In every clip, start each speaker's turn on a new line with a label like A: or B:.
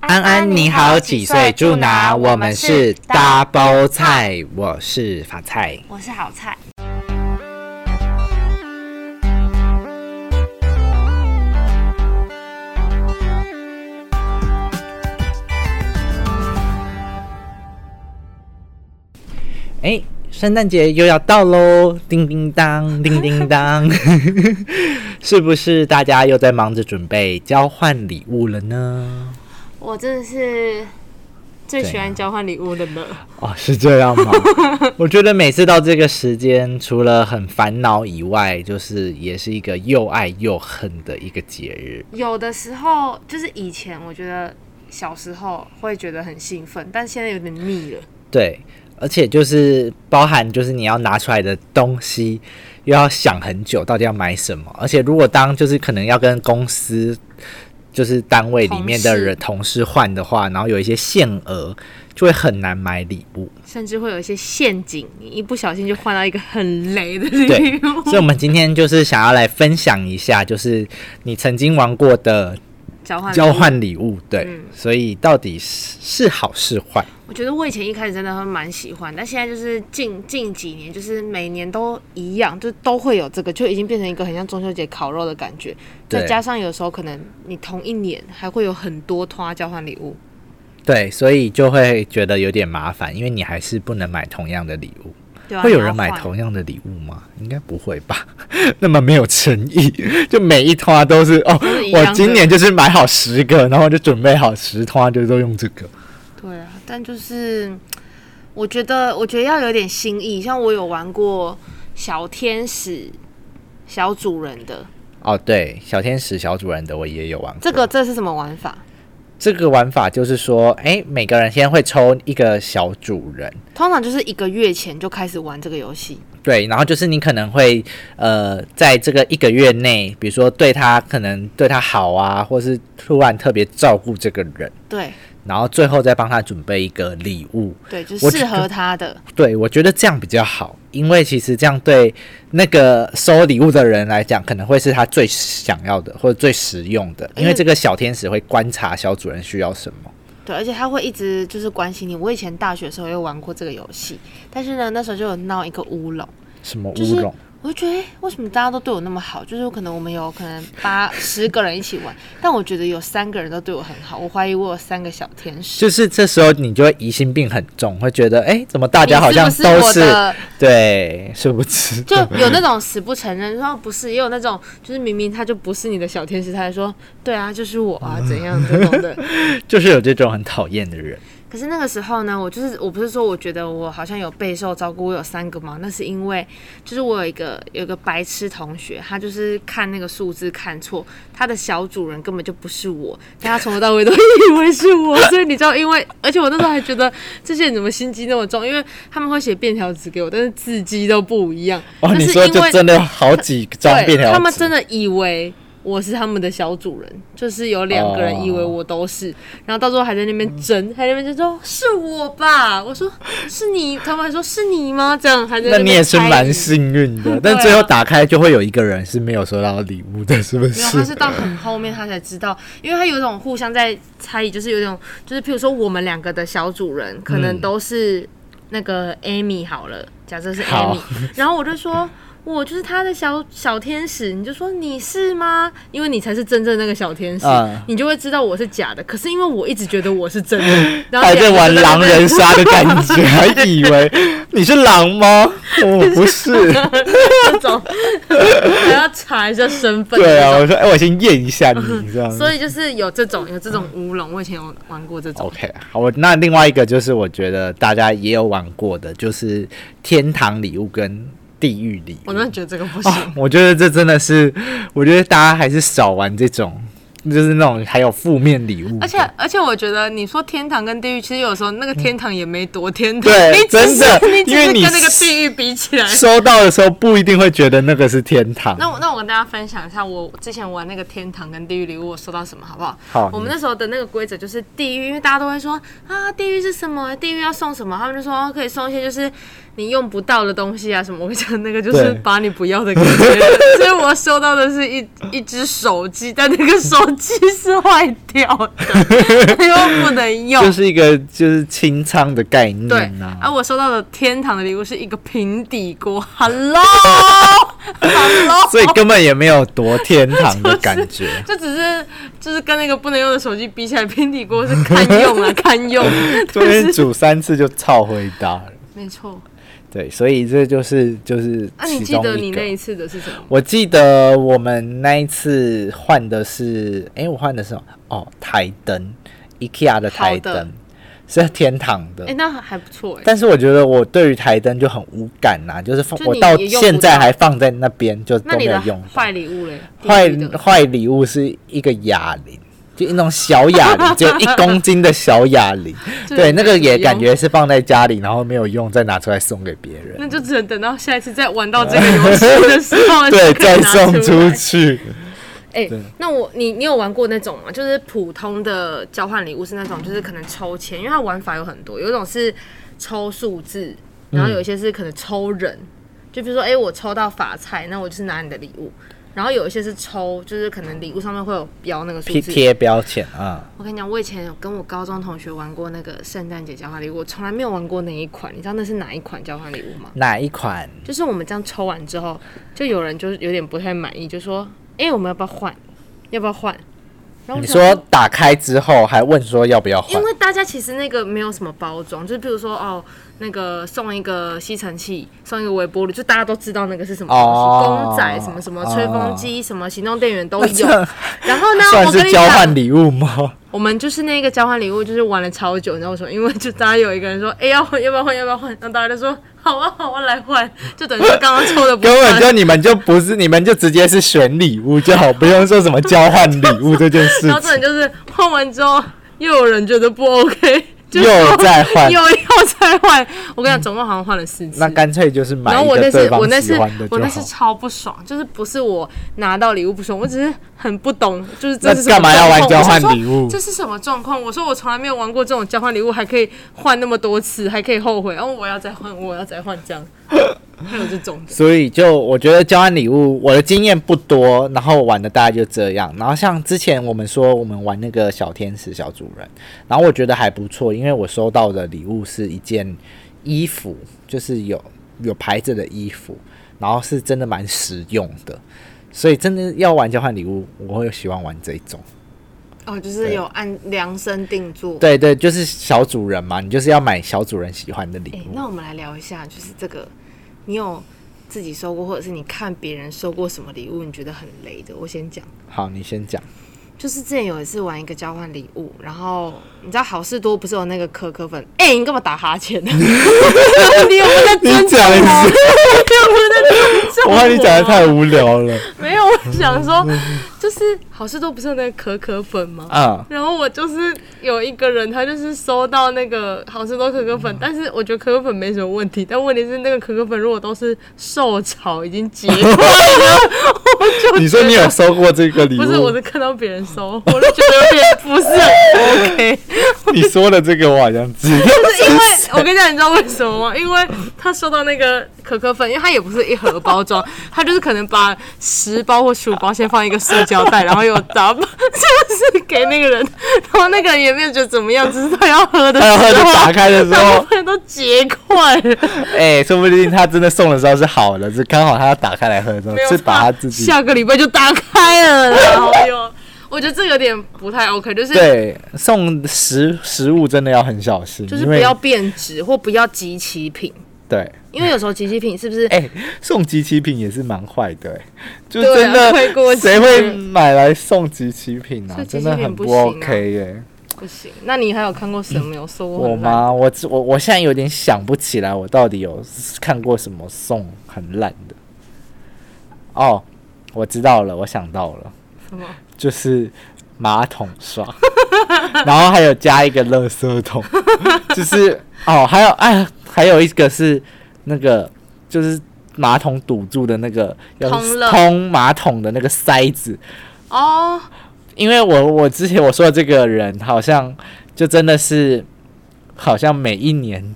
A: 安安你好，几岁住哪？我们是 Double 菜，我是法菜。
B: 我是好菜。
A: 哎，圣诞节又要到喽！叮叮 当，叮叮当，是不是大家又在忙着准备交换礼物了呢？
B: 我真的是最喜欢交换礼物的了。
A: 哦，是这样 吗？我觉得每次到这个时间，除了很烦恼以外，就是也是一个又爱又恨的一个节日。
B: 有的时候就是以前我觉得小时候会觉得很兴奋，但现在有点腻了。
A: 对，而且就是包含就是你要拿出来的东西，又要想很久到底要买什么，而且如果当就是可能要跟公司就是单位里面的人同事换的话，然后有一些限额，就会很难买礼 物。
B: 甚至会有一些陷阱，你一不小心就换到一个很雷的
A: 对
B: 礼物。
A: 所以我们今天就是想要来分享一下，就是你曾经玩过的
B: 交换礼物
A: 交，换礼物，对，所以到底是是好是坏？
B: 我觉得我以前一开始真的会蛮喜欢，但现在就是近近几年，就是每年都一样，就都会有这个，就已经变成一个很像中秋节烤肉的感觉。
A: 对
B: 再加上有时候可能你同一年还会有很多团交换礼物。
A: 对，所以就会觉得有点麻烦，因为你还是不能买同样的礼物。
B: 对啊
A: 会有人买。
B: 你要换
A: 同样的礼物吗？应该不会吧， 那么没有诚意， 就每一团都是哦
B: 是一，样
A: 我
B: 的
A: 今年就是买好十个，然后就准备好十团，就都用这个。
B: 对啊，但就是我觉得，我觉得要有点新意。像我有玩过小天使、小主人的
A: 哦，对，小天使小主人的我也有玩过
B: 这个，这是什么玩法？
A: 这个玩法就是说，哎，每个人先会抽一个小主人，
B: 通常就是一个月前就开始玩这个游戏。
A: 对，然后就是你可能会呃，在这个一个月内，比如说对他可能对他好啊，或是突然特别照顾这个人，
B: 对
A: 然后最后再帮他准备一个礼物。
B: 对，就
A: 我
B: 是
A: 觉
B: 适
A: 得
B: 合他的。
A: 对，我觉得这样比较好，因为其实这样对那个收礼物的人来讲，可能会是他最想要的或者最实用的，因为
B: 嗯
A: 这个小天使会观察小主人需要什么。
B: 对，而且他会一直就是关心你。我以前大学的时候也有玩过这个游戏，但是呢，那时候就有闹一个乌龙，
A: 什么
B: 就是
A: 乌龙？
B: 我就觉得、诶为什么大家都对我那么好？就是可能我们有可能 八十个人一起玩，但我觉得有三个人都对我很好，我怀疑我有三个小天使。
A: 就是这时候你就会疑心病很重，会觉得哎，诶怎么大家好像
B: 你是不
A: 都
B: 是我 的，
A: 对，是不是？
B: 就有那种死不承认，说不是，也有那种就是明明他就不是你的小天使，他还说对啊，就是我啊，怎样这种的。
A: 就是有这种很讨厌的人。
B: 可是那个时候呢，我就是我不是说我觉得我好像有备受照顾，我有三个嘛，那是因为就是我有一个有一个白痴同学，他就是看那个数字看错，他的小主人根本就不是我，但他从头到尾都以为是我，所以你知道，因为而且我那时候还觉得这些人怎么心机那么重，因为他们会写便条纸给我，但是字迹都不一样，
A: 哦，
B: 那
A: 你
B: 是
A: 说
B: 因
A: 就
B: 为
A: 真的有好几张便
B: 对，
A: 条
B: 他们
A: 纸
B: 真的以为我是他们的小主人，就是有两个人以为我都是，然后到最后还在那边争，还在那边就说是我吧，我说是你，他们还说是你吗？这样还在
A: 那你
B: 边
A: 也是
B: 猜
A: 蛮
B: 疑
A: 幸运的，
B: 对
A: 但
B: 啊
A: 最后打开就会有一个人是没有收到礼物的，是不
B: 没有，
A: 是
B: 他？是到很后面他才知道，因为他有一种互相在猜疑，就是有一种就是譬如说我们两个的小主人可能嗯都是那个 Amy 好了，假设是
A: 好
B: Amy，然后我就说。我就是他的小小天使，你就说你是吗？因为你才是真正那个小天使，
A: 嗯
B: 你就会知道我是假的。可是因为我一直觉得我是真 的，然后
A: 还在
B: 两个
A: 玩
B: 就那
A: 狼
B: 边
A: 人杀的感觉，还以为你是狼吗？ 我不是，
B: 这种， 还要查一下身份。
A: 对啊，我说哎，我先验一下你这样。
B: 所以就是有这种有这种乌龙，我以前有玩过这种。
A: OK，好，我那另外一个就是我觉得大家也有玩过的，就是天堂礼物跟地狱礼物
B: 我。真的觉得这个不行。
A: 哦，我觉得这真的是，我觉得大家还是少玩这种，就是那种还有负面礼物的。
B: 而且而且，我觉得你说天堂跟地狱，其实有时候那个天堂也没多天堂，
A: 嗯对
B: 你只是
A: 真的
B: 你只是
A: 因为你
B: 跟那个地狱比起来。
A: 收到的时候不一定会觉得那个是天堂。
B: 那我那我跟大家分享一下，我之前玩那个天堂跟地狱礼物，我收到什么好不好？
A: 好
B: 我们那时候的那个规则就是地狱，因为大家都会说啊，地狱是什么？地狱要送什么？他们就说、哦可以送一些就是你用不到的东西啊什么。我讲那个就是
A: 对
B: 把你不要的给别人，所以我收到的是一一只手机，但那个手机是坏掉的， 又不能用。
A: 就是一个就是清仓的概
B: 对
A: 念啊呐、
B: 而我收到的天堂的礼物是一个平底 锅，Hello，Hello，
A: 所以根本也没有夺天堂的感觉。
B: 这只是就是跟那个不能用的手机比起来，平底锅是堪用 啊，堪用。
A: 昨天煮三次就超回答了，
B: 没错，
A: 对，所以这就是就是
B: 那、啊你
A: 其
B: 记
A: 中
B: 得
A: 一
B: 你
A: 个
B: 那。一次的是什么？
A: 我记得我们那一次换的是，哎、我换的是什么？哦，台灯，IKEA 的台
B: 好
A: 灯
B: 的
A: 是天堂的
B: 哎、。那还不错哎、
A: 但是我觉得我对于台灯就很无感呐、就是放
B: 就
A: 我
B: 你
A: 到
B: 也用不
A: 现在
B: 到
A: 还放在那边，就
B: 那
A: 都
B: 你
A: 没有
B: 的
A: 用到。
B: 坏礼物嘞？
A: 坏
B: 地狱的
A: 坏礼物是一个哑铃，就那种小哑铃，就一公斤的小 哑铃。
B: 这个
A: 对，那个也感
B: 有
A: 觉是放在家里，然后没有用，再拿出来送给别人。
B: 那就只能等到下一次再玩到这个游戏的时候， 就
A: 对，
B: 可以
A: 再
B: 拿
A: 送出
B: 来。
A: 去。
B: 哎、
A: 对
B: 那我你你有玩过那种吗？就是普通的交换礼物是那种，就是可能抽签，因为它玩法有很多，有一种是抽数字，然后有一些是可能抽人，就比如说哎、我抽到法菜，那我就是拿你的礼物。然后有一些是抽，就是可能礼物上面会有标那个数
A: 贴
B: 字。
A: 贴标签啊，
B: 我跟你讲，我以前有跟我高中同学玩过那个圣诞节交换礼物，我从来没有玩过那一款。你知道那是哪一款交换礼物吗？
A: 哪一款？
B: 就是我们这样抽完之后，就有人就是有点不太满意，就说：“哎、我们要不要换？要不要换？”然后我
A: 你
B: 想说
A: 说，打开之后还问说要不要
B: 因
A: 换？
B: 为大家其实那个没有什么包装，就是比如说哦，那个送一个吸尘器，送一个微波炉，就大家都知道那个是什么东西，
A: 哦
B: 公仔什么什么吹风机、什么行动电源都
A: 那
B: 有
A: 这。 样
B: 然后呢，
A: 算
B: 我跟
A: 是
B: 你
A: 交换
B: 讲，
A: 礼物吗？
B: 我们就是那个交换礼物，就是玩了超久，你知道为什么？因为就大家有一个人说：“哎、要换，要不要换？要不要换？”然后大家就说：“好啊，好啊，来换。”就等于是刚刚抽的不
A: 根本
B: 换。
A: 就你们就不是，你们就直接是选礼物就好，不用说什么交换礼 物这件事
B: 然后重
A: 情
B: 点。就是换完之后，又有人觉得不 OK，就
A: 又再换
B: 又又再换。我跟你讲，总共好像换了四次。
A: 那干脆就是买
B: 然后
A: 一
B: 我那
A: 个对
B: 次我那
A: 方喜
B: 次
A: 欢的
B: 我
A: 就
B: 那
A: 好
B: 次。超不爽，就是不是我拿到礼物不爽，我只是很不懂，就是这
A: 那
B: 是什么
A: 干嘛要玩
B: 状况
A: 交换
B: 我想说
A: 礼物
B: 这是什么状况？我说我从来没有玩过这种交换礼物，还可以换那么多次，还可以后悔，然、后我要再换，我要再换 这样，还有这种的。
A: 所以就我觉得交换礼物，我的经验不多，然后玩的大概就这样。然后像之前我们说我们玩那个小天使小主人，然后我觉得还不错，因为我收到的礼物是一件衣服，就是有有牌子的衣服，然后是真的蛮实用的。所以真的要玩交换礼物，我会喜欢玩这种。
B: 哦，就是有按量身定做。
A: 对对，就是小主人嘛，你就是要买小主人喜欢的礼
B: 哎、
A: 物。
B: 那我们来聊一下，就是这个，你有自己收过，或者是你看别人收过什么礼物，你觉得很雷的？我先讲，
A: 好，你先讲。
B: 就是之前有一次玩一个交换礼物，然后你知道好事多不是有那个可可粉？哎、你干嘛打哈 欠呢？你有没有在尊重
A: 你讲一
B: 我？
A: 次
B: 你有没有在尊重
A: 我
B: 我？
A: 怕你讲的太无聊 了。
B: 没有，我想说，就是好事多不是有那个可可粉吗？
A: 嗯，
B: 然后我就是有一个人，他就是收到那个好吃多可可
A: 嗯
B: 粉，但是我觉得可可粉没什么问题，但问题是那个可可粉如果都是受潮已经结 块了，我就觉得
A: 你说你有收过这个礼物？
B: 不是，我是看到别人收，我就觉得有点不是很 OK。
A: 你说的这个我好像知道，
B: 因为我跟你讲，你知道为什么吗？因为他收到那个可可粉，因为它也不是一盒包装，他就是可能把十包或十五包先放一个塑胶袋，然后有打包， 就是给那个人，然后那个人也没有觉得怎么样，只 是他要喝的时
A: 他
B: 候，
A: 要喝就打开的时
B: 大
A: 候
B: 部，分都结块了，
A: 哎、说不定他真的送的时候是好的，只刚好他要打开来喝的时候
B: 没有
A: 是把他自己
B: 下个礼拜就打开了，然后又。我觉得这有点不太 OK，就是
A: 对送食食物真的要很小心，
B: 就是
A: 因
B: 不
A: 为
B: 要变质或不要集齐品，
A: 对
B: 因为有时候集齐品是不是
A: 哎、送集齐品也是蛮坏的、哎就
B: 对
A: 真
B: 啊
A: 的
B: 会过期
A: 谁会买来送集齐品啊
B: 所以？集
A: 真
B: 齐
A: 的
B: 品
A: 很
B: 不行啊
A: OK 哎耶、
B: 不行？那你还有看过什么有收过
A: 我
B: 很烂的
A: 吗？我只我我现在有点想不起来，我到底有看过什么送很烂的。哦，我知道了，我想到了，
B: 什么？
A: 就是马桶刷， 然后还有加一个垃圾桶， 就是哦，还有哎，还有一个是那个就是马桶堵住的那个要
B: 通了
A: 通马桶的那个塞子，
B: 哦，
A: 因为我我之前我说的这个人好像就真的是好像每一年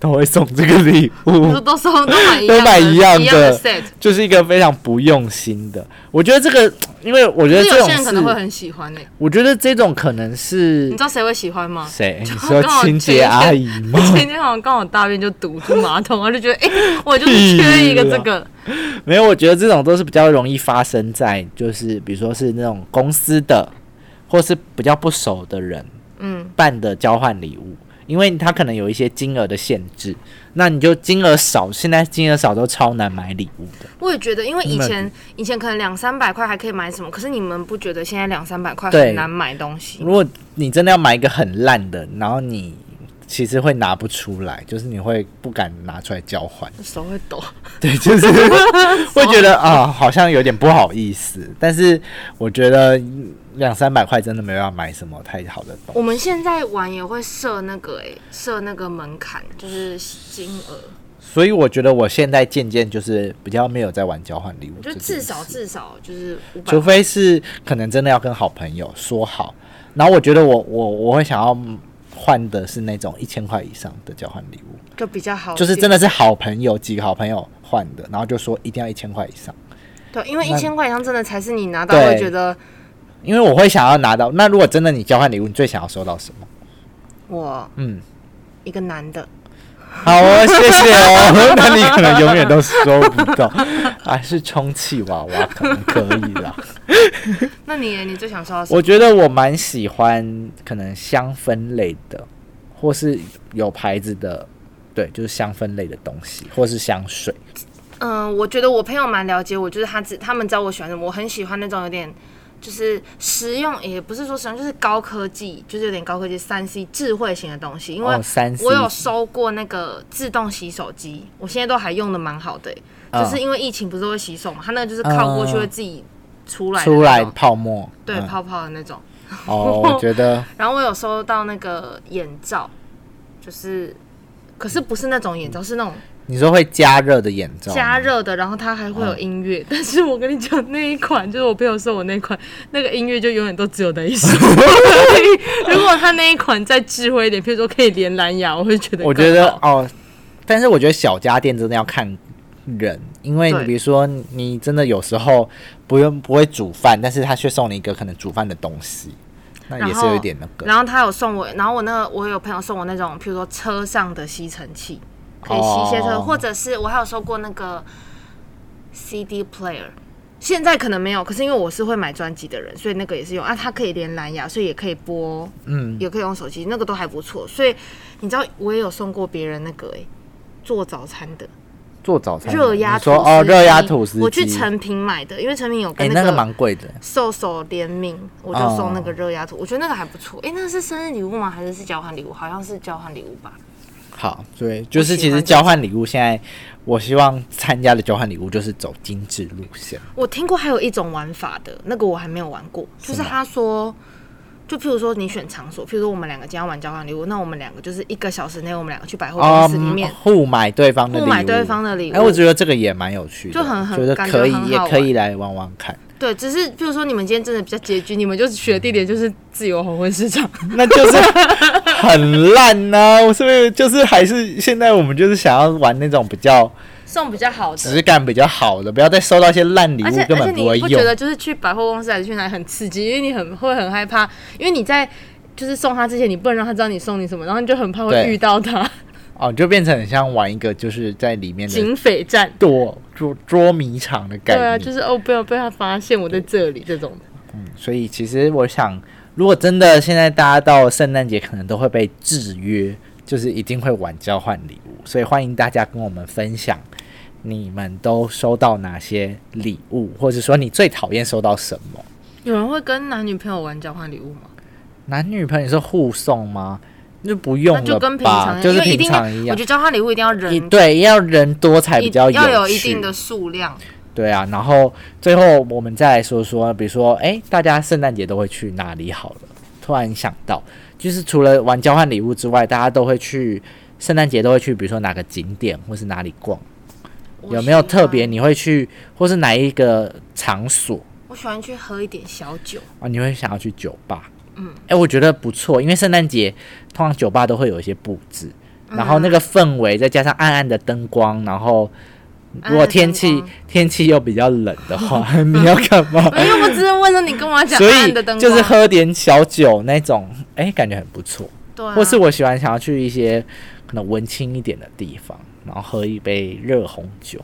A: 都会送这个礼物
B: 都，都送都买一
A: 都
B: 样
A: 买
B: 的
A: 一样
B: 一样的
A: 的
B: set，
A: 就是一个非常不用心的。我觉得这个，因为我
B: 就
A: 觉得
B: 是
A: 这
B: 有
A: 种
B: 些人可能会
A: 事，
B: 很喜欢呢、
A: 我觉得这种可能是
B: 你知道谁会喜欢 吗？
A: 谁？你
B: 就
A: 说
B: 刚好
A: 清
B: 前一
A: 洁阿
B: 天
A: 姨吗？
B: 前天好像刚好大便就堵住马桶，我就觉得，哎、我就是缺一个这个，
A: 没有，我觉得这种都是比较容易发生在，就是比如说是那种公司的，或是比较不熟的人
B: 嗯，
A: 办的交换礼物，因为他可能有一些金额的限制，那你就金额少，现在金额少都超难买礼物的。
B: 我也觉得，因为以
A: 那
B: 前以前可能两三百块还可以买什么，可是你们不觉得现在两三百块
A: 对
B: 很难买东西？
A: 如果你真的要买一个很烂的，然后你其实会拿不出来，就是你会不敢拿出来交换，
B: 手会抖，
A: 对，就是 会觉得啊、好像有点不好意思。但是我觉得嗯两三百块真的没办法买什么太好的东西。
B: 我们现在玩也会设那个、哎，设那个门槛，就是金额，
A: 所以我觉得我现在渐渐就是比较没有在玩交换礼物
B: 就
A: 这件事，
B: 至少至少就是五百
A: 除。非是可能真的要跟好朋友说好，然后我觉得我我我会想要换的是那种一千块以上的交换礼物，
B: 就比较好一点，
A: 就是真的是好朋友几个好朋友换的，然后就说一定要一千块以上，
B: 对，因为一
A: 那
B: 千块以上真的才是你拿到
A: 对
B: 会觉得
A: 因为我会想要拿到。那如果真的你交换礼物，你最想要收到什么？
B: 我
A: 嗯，
B: 一个男的，
A: 好哦，谢谢 哦。那你可能永远都收不到，还是充气娃娃可能可以 啦。
B: 那你你最想收到什么？
A: 我觉得我蛮喜欢可能香氛类的，或是有牌子的，对，就是香氛类的东西，或是香水。
B: 嗯，我觉得我朋友蛮了解我，就是他知他们知道我喜欢什么，我很喜欢那种有点就是实用，也不是说实用，就是高科技，就是有点高科技三 C 智慧型的东西。因为
A: 哦三 C
B: 我有收过那个自动洗手机，我现在都还用的蛮好的欸、
A: 嗯
B: 就是因为疫情不是都会洗手嘛，它那个就是靠过去
A: 嗯
B: 会自己出来的那
A: 出来
B: 种
A: 泡沫，
B: 对、
A: 嗯
B: 泡泡的那种。
A: 哦，我觉得
B: 然后我有收到那个眼罩，就是可是不是那种
A: 嗯
B: 眼罩，是那种
A: 你说会加热的眼罩 吗，嗯
B: 加热的，然后它还会有音乐。但是我跟你讲，那一款就是我朋友送我那款，那个音乐就永远都只有那 一首。如果它那一款再智慧一点，譬如说可以连蓝牙，我会觉得
A: 我觉
B: 更
A: 得
B: 好
A: 哦，但是我觉得小家电真的要看人，因为你
B: 对
A: 比如说你真的有时候不用不会煮饭，但是他却送你一个可能煮饭的东西，那也是有一点那个
B: 然后他有送我，然后我那个我有朋友送我那种，譬如说车上的吸尘器，可以吸一些车，
A: 哦
B: 或者是我还有收过那个 CD player。现在可能没有，可是因为我是会买专辑的人，所以那个也是用啊，它可以连蓝牙，所以也可以播，
A: 嗯
B: 也可以用手机，那个都还不错。所以你知道，我也有送过别人那个哎、欸做早餐的
A: 做早餐
B: 热压
A: 你
B: 吐
A: 说哦
B: 司
A: 热压
B: 机
A: 吐司
B: 我去
A: 机
B: 成品买的，因为成品有
A: 哎、
B: 跟
A: 那个
B: 个
A: 蛮贵的，
B: 瘦手联名，我就送那个热压图，我觉得那个还不错。哎、那是生日礼物吗？还是是交换礼物？好像是交换礼物吧。
A: 好，对，就是
B: 喜
A: 其实
B: 欢这
A: 交换礼物，现在我希望参加的交换礼物就是走精致路线，
B: 我听过还有一种玩法的，那个我还没有玩过，就是他说。就譬如说，你选场所，譬如说我们两个今天要玩交换礼物，那我们两个就是一个小时内，我们两个去百货公司里面
A: 嗯，互买对方的礼物，
B: 互买对方的礼物
A: 哎、我觉得这个也蛮有趣的，
B: 就很很
A: 觉得
B: 感觉
A: 可以
B: 很，
A: 也
B: 好
A: 可以
B: 玩
A: 来玩玩看。
B: 对，只是譬如说你们今天真的比较拮据，你们就是去的地点就是自由黄昏市场，
A: 那就是很烂呐、我是不是就是还是现在我们就是想要玩那种比较
B: 送比较好的。
A: 质感比较好的，不要再收到一些烂礼
B: 而
A: 物
B: 且
A: 根
B: 而且
A: 本
B: 你
A: 会
B: 不
A: 用
B: 觉。得就是去百货公司还是去哪里很刺激，因为你很会很害怕，因为你在就是送他之前，你不能让他知道你送你什么，然后你就很怕会
A: 对
B: 遇到他
A: 哦，就变成很像玩一个就是在里面 的
B: 警匪战。
A: 躲捉捉迷藏的概
B: 对
A: 念。
B: 啊，就是哦，不要被他发现我在这里这种。
A: 所以其实我想，如果真的现在大家到圣诞节，可能都会被制约，就是一定会玩交换礼物。所以欢迎大家跟我们分享，你们都收到哪些礼物，或者说你最讨厌收到什么？
B: 有人会跟男女朋友玩交换礼物吗？
A: 男女朋友是互送吗？那不用
B: 那
A: 了
B: 就
A: 吧，
B: 跟平常一样，
A: 就是
B: 因为一
A: 平
B: 定
A: 常
B: 要
A: 一
B: 我
A: 样
B: 觉得。交换礼物一定要人
A: 一对要人多才比较
B: 一要有
A: 趣
B: 一定的数量。
A: 对啊，然后最后我们再来说说，比如说，哎，大家圣诞节都会去哪里好了？突然想到，就是除了玩交换礼物之外，大家都会去圣诞节都会去，比如说哪个景点或是哪里逛，
B: 我
A: 有没有
B: 喜欢
A: 特别？你会去，或是哪一个场所
B: 我喜欢去喝一点小酒，
A: 啊？你会想要去酒吧？嗯，哎，我觉得不错，因为圣诞节通常酒吧都会有一些布置，然后那个氛围再加上暗暗的灯光，然后如果
B: 嗯
A: 天
B: 暗
A: 气
B: 暗的灯
A: 天气又比较冷的话， 你要干 嘛？
B: 没有，我只是问了你跟我讲
A: 所
B: 暗的灯
A: 以
B: 光，
A: 就是喝点小酒那种，哎、感觉很不错。
B: 对啊、
A: 或是我喜欢想要去一些可能文青一点的地方，然后喝一杯热红酒。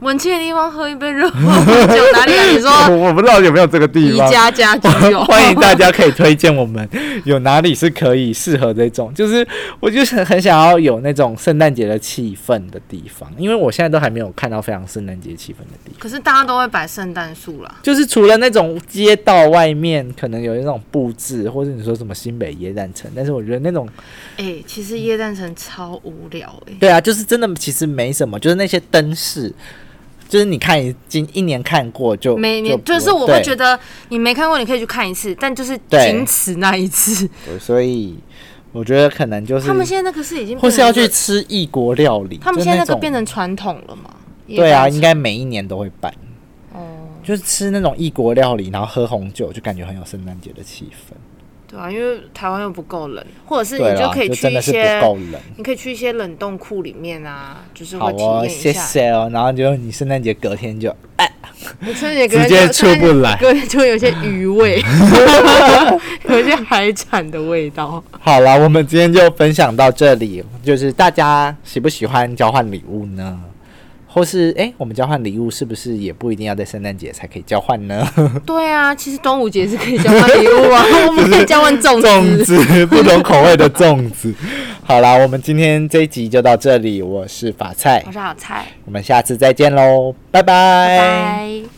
B: 文青的地方喝一杯热红酒，哪里啊？ 你说
C: 我 我不知道有没有这个地
B: 宜
C: 方。
B: 家家居酒，
A: 欢迎大家可以推荐我们有哪里是可以适合这种，就是我就是很很想要有那种圣诞节的气氛的地方，因为我现在都还没有看到非常圣诞节气氛的地方。
B: 可是大家都会摆圣诞树啦，
A: 就是除了那种街道外面可能有那种布置，或者你说什么新北耶诞城，但是我觉得那种
B: 哎、其实夜诞城超无聊哎、
A: 对啊，就是真的其实没什么，就是那些灯饰，就是你看已经一年看过就
B: 每年
A: 就
B: 就是我会觉
A: 得
B: 得你没看过，你可以去看一次，但就是
A: 对
B: 仅此那一次。，
A: 对所以我觉得可能就是
B: 他们现在那个是已经
A: 或
B: 变
A: 是要
B: 成
A: 去
B: 一个
A: 吃异国料理，
B: 他们
A: 就
B: 现在那个
A: 种
B: 变成传统了嘛？
A: 对啊，
B: 夜
A: 应该每一年都会
B: 诞
A: 办，
B: 城哦，
A: 就是吃那种异国料理，然后喝红酒，就感觉很有圣诞节的气氛。
B: 对啊，因为台湾又不够冷，或者是
A: 对
B: 你
A: 啦，
B: 可以去
A: 真
B: 一
A: 的是
B: 些
A: 不够冷。
B: 你可以去一些冷冻库里面啊，就是
A: 好
B: 会体
A: 哦，
B: 验一
A: 谢
B: 下。
A: 谢哦。然后就你圣诞节隔天就
B: 我春节
A: 直接出不 来
B: 隔天就会有一些鱼 味，有一些海产的味道。
A: 好了，我们今天就分享到这里。就是大家喜不喜欢交换礼物呢？或是诶，我们交换礼物是不是也不一定要在圣诞节才可以交换呢？
B: 对啊，其实端午节是可以交换礼物 啊，我们可以交换粽
A: 粽
B: 子。
A: 子，不同口味的粽子。好啦，我们今天这一集就到这里。我是法菜
B: 我，是好菜，
A: 我们下次再见喽，拜
B: 拜拜。